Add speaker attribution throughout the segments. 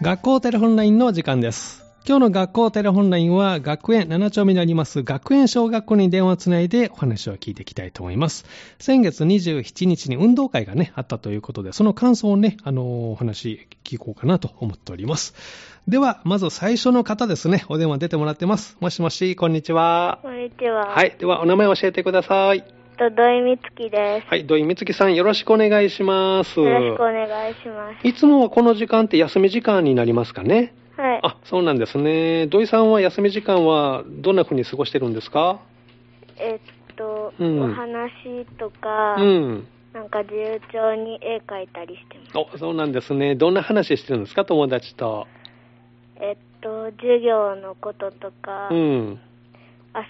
Speaker 1: 学校テレホンラインの時間です。今日の学校テレホンラインは学園7丁目にあります学園小学校に電話をつないでお話を聞いていきたいと思います。先月27日に運動会がね、あったということで、その感想をね、あのーお話聞こうかなと思っております。では、まず最初の方ですね、お電話出てもらってます。もしもし、こんにちは。
Speaker 2: こんにちは。
Speaker 1: はい。では、お名前教えてください。
Speaker 2: と、土井美月です。
Speaker 1: はい。土井美月さん、よろしくお願いします。
Speaker 2: よろしくお願いします。
Speaker 1: いつもはこの時間って休み時間になりますかね。
Speaker 2: はい。
Speaker 1: あ、そうなんですね。土井さんは休み時間はどんな風に過ごしてるんですか
Speaker 2: えっと、
Speaker 1: うん
Speaker 2: お話とか、
Speaker 1: うん。
Speaker 2: なんか自由帳に絵描いたりしてます。
Speaker 1: お、そうなんですね。どんな話してるんですか、友達と。
Speaker 2: えっと、授業のこととか、
Speaker 1: うん。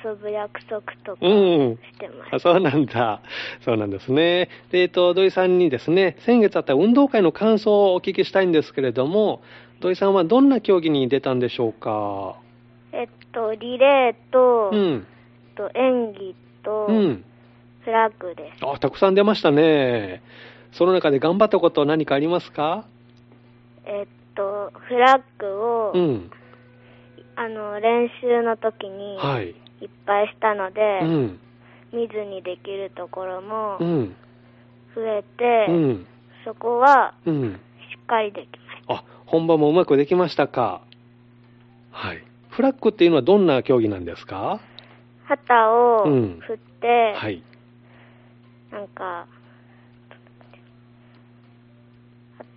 Speaker 2: 遊ぶ約束とか
Speaker 1: うん
Speaker 2: してます。
Speaker 1: あそうなんだ。そうなんですね。で、えっと、土井さんにですね、先月あった運動会の感想をお聞きしたいんですけれども、土井さんはどんな競技に出たんでしょうか
Speaker 2: えっと、リレーと、
Speaker 1: うん。
Speaker 2: えっと演技と、
Speaker 1: うん。
Speaker 2: フラッグです。
Speaker 1: あ、たくさん出ましたね。その中で頑張ったこと何かありますか
Speaker 2: えっと、フラッグを、
Speaker 1: うん。
Speaker 2: あの、練習の時に、
Speaker 1: はい。
Speaker 2: いっぱいしたので、
Speaker 1: うん。
Speaker 2: 見ずにできるところも
Speaker 1: うん。
Speaker 2: 増えて、
Speaker 1: うん。
Speaker 2: そこは
Speaker 1: うん。
Speaker 2: しっかりできまし
Speaker 1: あ、本番もうまくできましたかはい。フラッグっていうのはどんな競技なんですか
Speaker 2: た。旗を
Speaker 1: うん
Speaker 2: 振って、
Speaker 1: はい。
Speaker 2: なんか、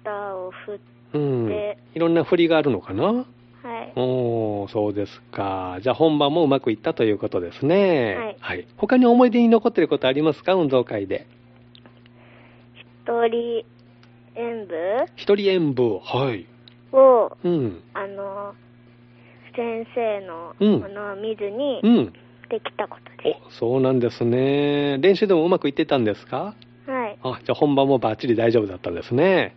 Speaker 2: 旗を振っ
Speaker 1: うん
Speaker 2: で。
Speaker 1: いろんな振りがあるのかな
Speaker 2: はい。
Speaker 1: おー、そうですか。じゃあ本番もうまくいったということですね。
Speaker 2: はい
Speaker 1: 他に思い出に残ってることありますか運動会で。
Speaker 2: 一人演舞
Speaker 1: 一人演舞。はい。
Speaker 2: を、
Speaker 1: うん。
Speaker 2: あの、先生の
Speaker 1: うん
Speaker 2: ものを見ずに
Speaker 1: うん。
Speaker 2: できたことで
Speaker 1: お、そうなんですね。練習でもうまくいってたんですか
Speaker 2: す。はい。
Speaker 1: あ、じゃあ本番もバッチリ大丈夫だったんですね。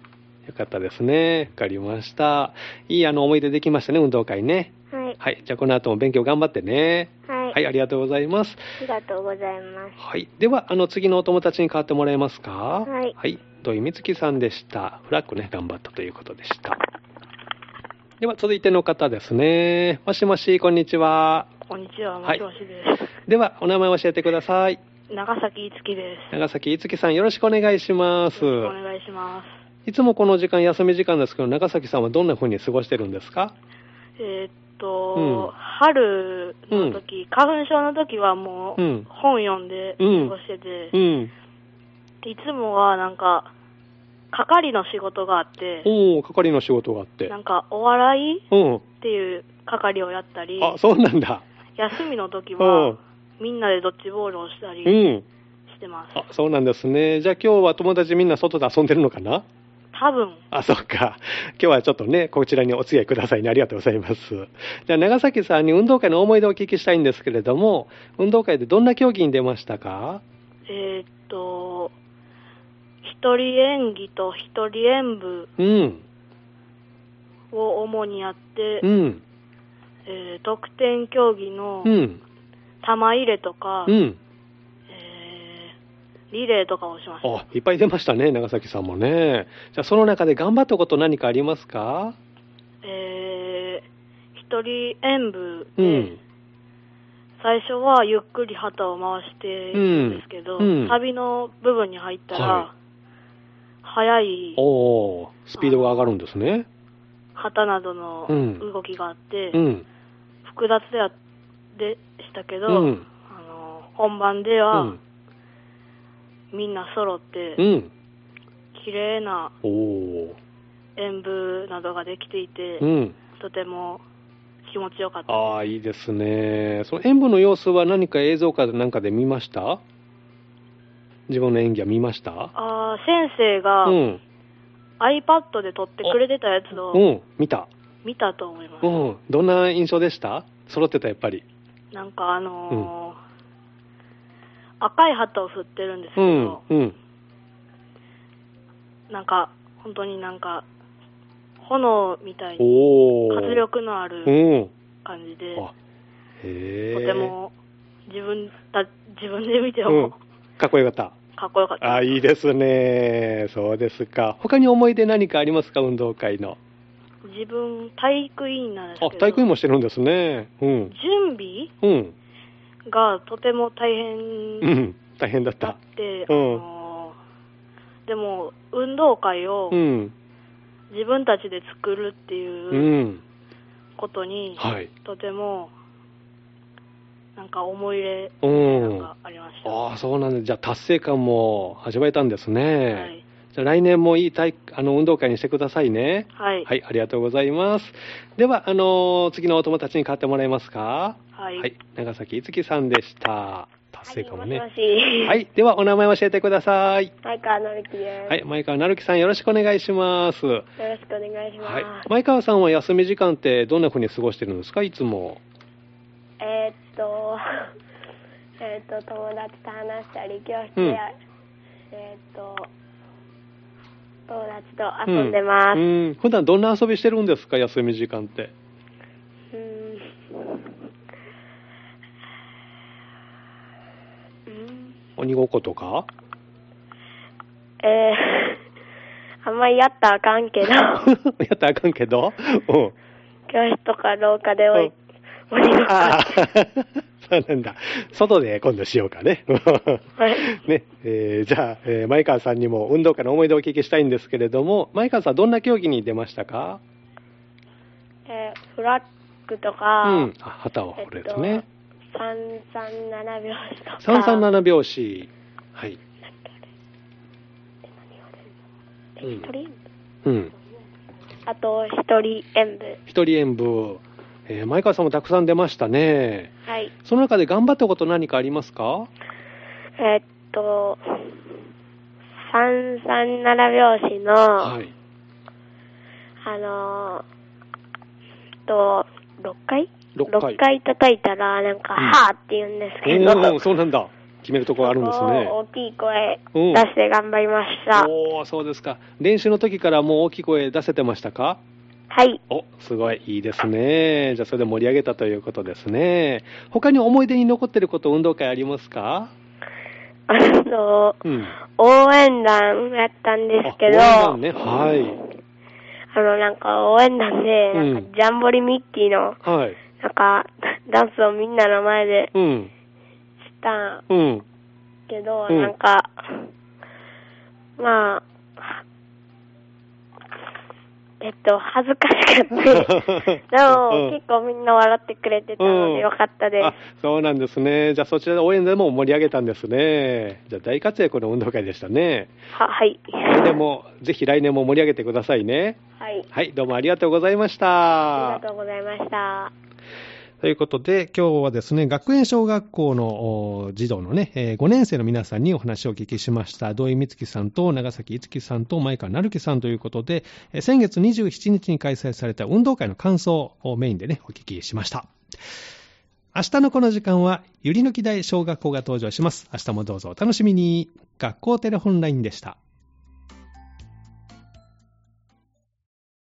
Speaker 1: よかったですね。わかりました。いいあの思い出できましたね、運動会ね。
Speaker 2: はい。
Speaker 1: はい。じゃあこの後も勉強頑張ってね。
Speaker 2: はい。
Speaker 1: はい、ありがとうございます。
Speaker 2: ありがとうございます。
Speaker 1: はい。では、あの、次のお友達に代わってもらえますか
Speaker 2: はい
Speaker 1: はい。土井美月さんでした。フラッグね、頑張ったということでした。では、続いての方ですね。もしもし、こんにちは。
Speaker 3: こんにちは、
Speaker 1: は
Speaker 3: も
Speaker 1: い
Speaker 3: しもしです。
Speaker 1: では、お名前教えてください。
Speaker 3: 長崎いつきです。
Speaker 1: 長崎いつきさん、よろしくお願いします。
Speaker 3: お願いします。
Speaker 1: いつもこの時間、休み時間ですけど、長崎さんはどんな風に過ごしてるんですか
Speaker 3: えーっ
Speaker 1: うん
Speaker 3: と、春の時、花粉症の時はもう、
Speaker 1: うん
Speaker 3: 本読んで過
Speaker 1: うん
Speaker 3: ごしてて、
Speaker 1: うん。
Speaker 3: でいつもはなんか、係の仕事があって、
Speaker 1: おお、係の仕事があって
Speaker 3: な。んかお笑いっ
Speaker 1: うん。
Speaker 3: ていう係をやったり、
Speaker 1: あ、そうなんだ。
Speaker 3: 休みの時
Speaker 1: う
Speaker 3: は
Speaker 1: ん、
Speaker 3: みんなでドッジボールをしたり
Speaker 1: うん。
Speaker 3: してます。
Speaker 1: あ、そうなんですね。じゃあ今日は友達みんな外で遊んでるのかな
Speaker 3: 多分、
Speaker 1: あ、そっか。今日はちょっとね、こちらにお付き合いくださいね。ありがとうございます。じゃあ、長崎さんに運動会の思い出をお聞きしたいんですけれども、運動会でどんな競技に出ましたか
Speaker 3: えーっと、一人演技と一人演舞
Speaker 1: うん。
Speaker 3: を主にやって、
Speaker 1: うん。
Speaker 3: えー得点競技の
Speaker 1: うん。
Speaker 3: 玉入れとか、
Speaker 1: うん。
Speaker 3: えーリレーとかをしました。
Speaker 1: あ、いっぱい出ましたね、長崎さんもね。じゃあ、その中で頑張ったこと何かありますか
Speaker 3: えー一人演舞
Speaker 1: う
Speaker 3: で、
Speaker 1: ん。
Speaker 3: 最初はゆっくり旗を回していくんですけど、
Speaker 1: うんうん
Speaker 3: サビの部分に入ったら、
Speaker 1: は
Speaker 3: 速い
Speaker 1: おー、スピードが上がるんですね。
Speaker 3: 旗などの
Speaker 1: うん
Speaker 3: 動きがあって、
Speaker 1: うん。
Speaker 3: 複雑であでしたけど、
Speaker 1: うん
Speaker 3: あの本番で
Speaker 1: う
Speaker 3: は、
Speaker 1: ん。
Speaker 3: みんな揃って、
Speaker 1: うん。
Speaker 3: 綺麗な
Speaker 1: おー。
Speaker 3: 演舞などができていて、
Speaker 1: うん。
Speaker 3: とても気持ちよかった
Speaker 1: ああ、いいですね。その演舞の様子は何か映像かなんかで見ました自分の演技は見ました
Speaker 3: あー先生が
Speaker 1: うん。
Speaker 3: iPad で撮ってくれてたやつ
Speaker 1: う
Speaker 3: を
Speaker 1: ん、見た。
Speaker 3: 見たと思います、
Speaker 1: うん。どんな印象でした揃ってた、やっぱり。
Speaker 3: なんかあのー赤い旗を振ってるんですけ
Speaker 1: う
Speaker 3: ど、
Speaker 1: ん、うん。
Speaker 3: なんか本当になんか炎みたいに
Speaker 1: おお。
Speaker 3: 活力のあ
Speaker 1: う
Speaker 3: る
Speaker 1: ん。
Speaker 3: 感じで、
Speaker 1: あ、へえ。
Speaker 3: とても自分だ自分で見て
Speaker 1: う
Speaker 3: も
Speaker 1: ん、かっこよかった。
Speaker 3: かっこよかった、
Speaker 1: あいいですね。そうですか。他に思い出何かありますか運動会の。
Speaker 3: 自分、体育委員なんですけ
Speaker 1: あ
Speaker 3: ど、
Speaker 1: 体育委員もしてるんですね。うん。
Speaker 3: 準備
Speaker 1: うん。
Speaker 3: がとても大
Speaker 1: う
Speaker 3: 変
Speaker 1: ん。大変だっ
Speaker 3: だ
Speaker 1: た
Speaker 3: っ。て、
Speaker 1: うん
Speaker 3: あのでも、運動会を
Speaker 1: うん。
Speaker 3: 自分たちで作るって
Speaker 1: う。
Speaker 3: いうんことに、
Speaker 1: はい。
Speaker 3: とても、なんか思い入れ
Speaker 1: う
Speaker 3: なん
Speaker 1: ん。
Speaker 3: かありました。
Speaker 1: ああ、そうなんです。じゃあ、達成感も味わえたんですね。
Speaker 3: はい。
Speaker 1: じゃあ、来年もいい体あの運動会にしてくださいね。
Speaker 3: はい。
Speaker 1: はい、ありがとうございます。では、あのー次のお友達に代わってもらえますか。
Speaker 3: はい
Speaker 1: 長崎いつきさんでした。達成感もね。
Speaker 2: は
Speaker 1: は
Speaker 2: い、もしもし。
Speaker 1: い、ではお名前を教えてください。
Speaker 2: 前川のるきです。
Speaker 1: はい、前川なるきさんよろしくお願いします。は
Speaker 2: よろしくお願いします。
Speaker 1: い、前川さんは休み時間ってどんな風に過ごしてるんですか、いつも。
Speaker 2: えーっと、 えーっと、友達と話したり、教室で、
Speaker 1: うん
Speaker 2: えーっと、友達と遊んでます。
Speaker 1: うん。うん普段どんな遊びしてるんですか、休み時間って。
Speaker 2: うーん。
Speaker 1: 鬼ごっことか。
Speaker 2: えー、 あんまりやったらあか んけど、
Speaker 1: やったらあかんけど。うん。
Speaker 2: 教室とか廊下でおい、おりごっこ
Speaker 1: あーそうなんだ。外で今度しようかね。
Speaker 2: はい
Speaker 1: ね、えーじゃあ、えー前川さんにも運動会の思い出をお聞きしたいんですけれども、前川さんどんな競技に出ましたか
Speaker 2: えー、フラッグと
Speaker 1: う
Speaker 2: か、
Speaker 1: ん。あ、旗を振るやつね。
Speaker 2: えっと、三三七秒子とか。
Speaker 1: 三三七拍子。はい。
Speaker 2: え一人、
Speaker 1: うん。
Speaker 2: あと一人演舞。
Speaker 1: 一人演舞。えー前川さんもたくさん出ましたね。
Speaker 2: はい。
Speaker 1: その中で頑張ったこと何かありますか
Speaker 2: えっと、三三七拍子の、
Speaker 1: はい。
Speaker 2: あのー、えっと、六回
Speaker 1: 六回
Speaker 2: 叩いたら、なんか、
Speaker 1: うん
Speaker 2: はーって言うんですけど、
Speaker 1: おお、そうなんだ。決めるところあるんですね。
Speaker 2: こう大きい声
Speaker 1: うん
Speaker 2: 出して頑張りました。
Speaker 1: おーそうですか。練習の時からもう大きい声出せてましたか
Speaker 2: はい。
Speaker 1: お、すごい、いいですね。じゃあ、それで盛り上げたということですね。他に思い出に残ってること、運動会ありますか
Speaker 2: あのー、
Speaker 1: うん。
Speaker 2: 応援団やったんですけど、
Speaker 1: あ応援団ねはい
Speaker 2: あの、なんか応援団で、
Speaker 1: うん
Speaker 2: なんかジャンボリミッキーの、
Speaker 1: はい。
Speaker 2: なんか、ダンスをみんなの前で
Speaker 1: うん。
Speaker 2: した
Speaker 1: うん。
Speaker 2: けど、
Speaker 1: うん
Speaker 2: なんか、まあ、えっと、恥ずかしかっ たですでも、
Speaker 1: うん
Speaker 2: 結構みんな笑ってくれてたのでよかったです
Speaker 1: あ。そうなんですね。じゃあ、そちらで応援でも盛り上げたんですね。じゃあ、大活躍の運動会でした ね。
Speaker 2: は、はい。
Speaker 1: 来年も、ぜひ来年も盛り上げてくださいね。
Speaker 2: はい。
Speaker 1: はい、どうもありがとうございまし
Speaker 2: あ
Speaker 1: た。
Speaker 2: りがとうございました。
Speaker 1: ということで、今日はですね、学園小学校のお児童のね、え5年生の皆さんにお話をお聞きしました。土井美月さんと長崎いつきさんと前川成樹さんということで、えー先月27日に開催された運動会の感想をメインでね、お聞きしました。明日のこの時間は、ゆりのき台小学校が登場します。明日もどうぞお楽しみに。学校テレホンラインでした。